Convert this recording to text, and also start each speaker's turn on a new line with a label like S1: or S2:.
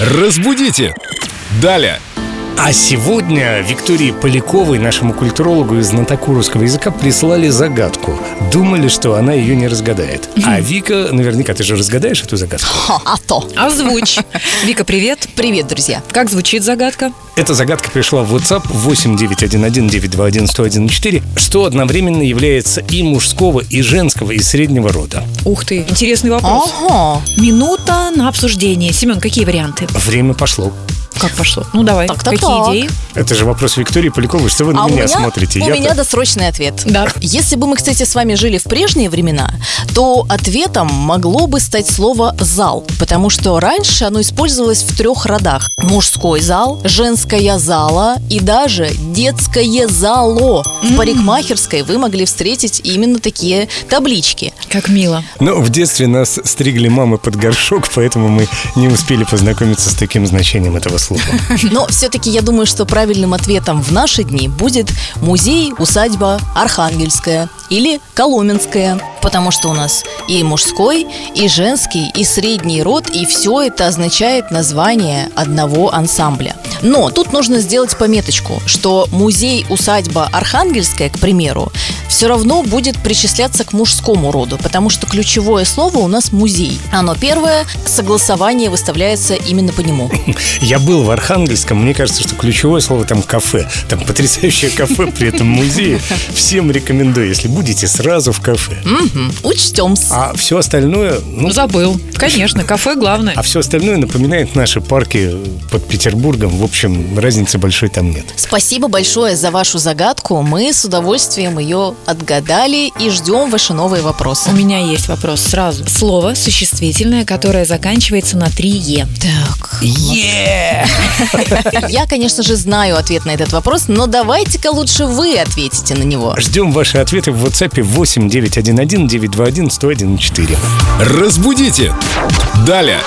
S1: Разбудите! Далее!
S2: А сегодня Виктории Поляковой, нашему культурологу и знатоку русского языка, прислали загадку. Думали, что она ее не разгадает. А Вика, наверняка, ты же разгадаешь эту загадку.
S3: Ха, а то.
S4: Озвучь. Вика, привет.
S3: Привет, друзья.
S4: Как звучит загадка?
S2: Эта загадка пришла в WhatsApp 8911-921-1014, что одновременно является и мужского, и женского, и среднего рода.
S4: Ух ты, интересный вопрос.
S3: Ага.
S4: Минута на обсуждение. Семен, какие варианты?
S2: Время пошло.
S4: Как пошло? Ну давай.
S3: Так, так,
S4: какие
S3: так.
S4: идеи?
S2: Это же вопрос Виктории Поляковой, что вы на
S3: А у
S2: меня,
S3: меня,
S2: смотрите.
S3: у
S2: Я-то-
S3: меня досрочный ответ.
S4: Да.
S3: Если бы мы, кстати, с вами жили в прежние времена, то ответом могло бы стать слово «зал», потому что раньше оно использовалось в трех родах. Мужской зал, женская зала и даже детское зало. В парикмахерской вы могли встретить именно такие таблички.
S4: Как мило.
S2: Ну, в детстве нас стригли мамы под горшок, поэтому мы не успели познакомиться с таким значением этого слова.
S3: Но все-таки я думаю, что правильным ответом в наши дни будет музей, усадьба Архангельская или Коломенская. Потому что у нас и мужской, и женский, и средний род, и все это означает название одного ансамбля. Но тут нужно сделать пометочку, что музей, усадьба Архангельская, к примеру, все равно будет причисляться к мужскому роду, потому что ключевое слово у нас музей. Оно первое, согласование выставляется именно по нему.
S2: Я был в Архангельском, мне кажется, что ключевое слово там кафе. Там потрясающее кафе при этом музее. Всем рекомендую, если будете, сразу в кафе.
S3: Мгм, Учтем.
S2: А все остальное, ну,
S4: Ну, забыл. Конечно, кафе главное.
S2: а все остальное напоминает наши парки под Петербургом. В общем, разницы большой там нет.
S3: Спасибо большое за вашу загадку. Мы с удовольствием ее отгадали и ждем ваши новые вопросы.
S4: У меня есть вопрос сразу. Слово существительное, которое заканчивается на 3 «е».
S3: Так,
S2: Е!
S3: я, конечно же, знаю ответ на этот вопрос, но давайте-ка лучше вы ответите на него.
S2: Ждем ваши ответы в WhatsApp 8911 921 1014.
S1: Разбудите! Далее!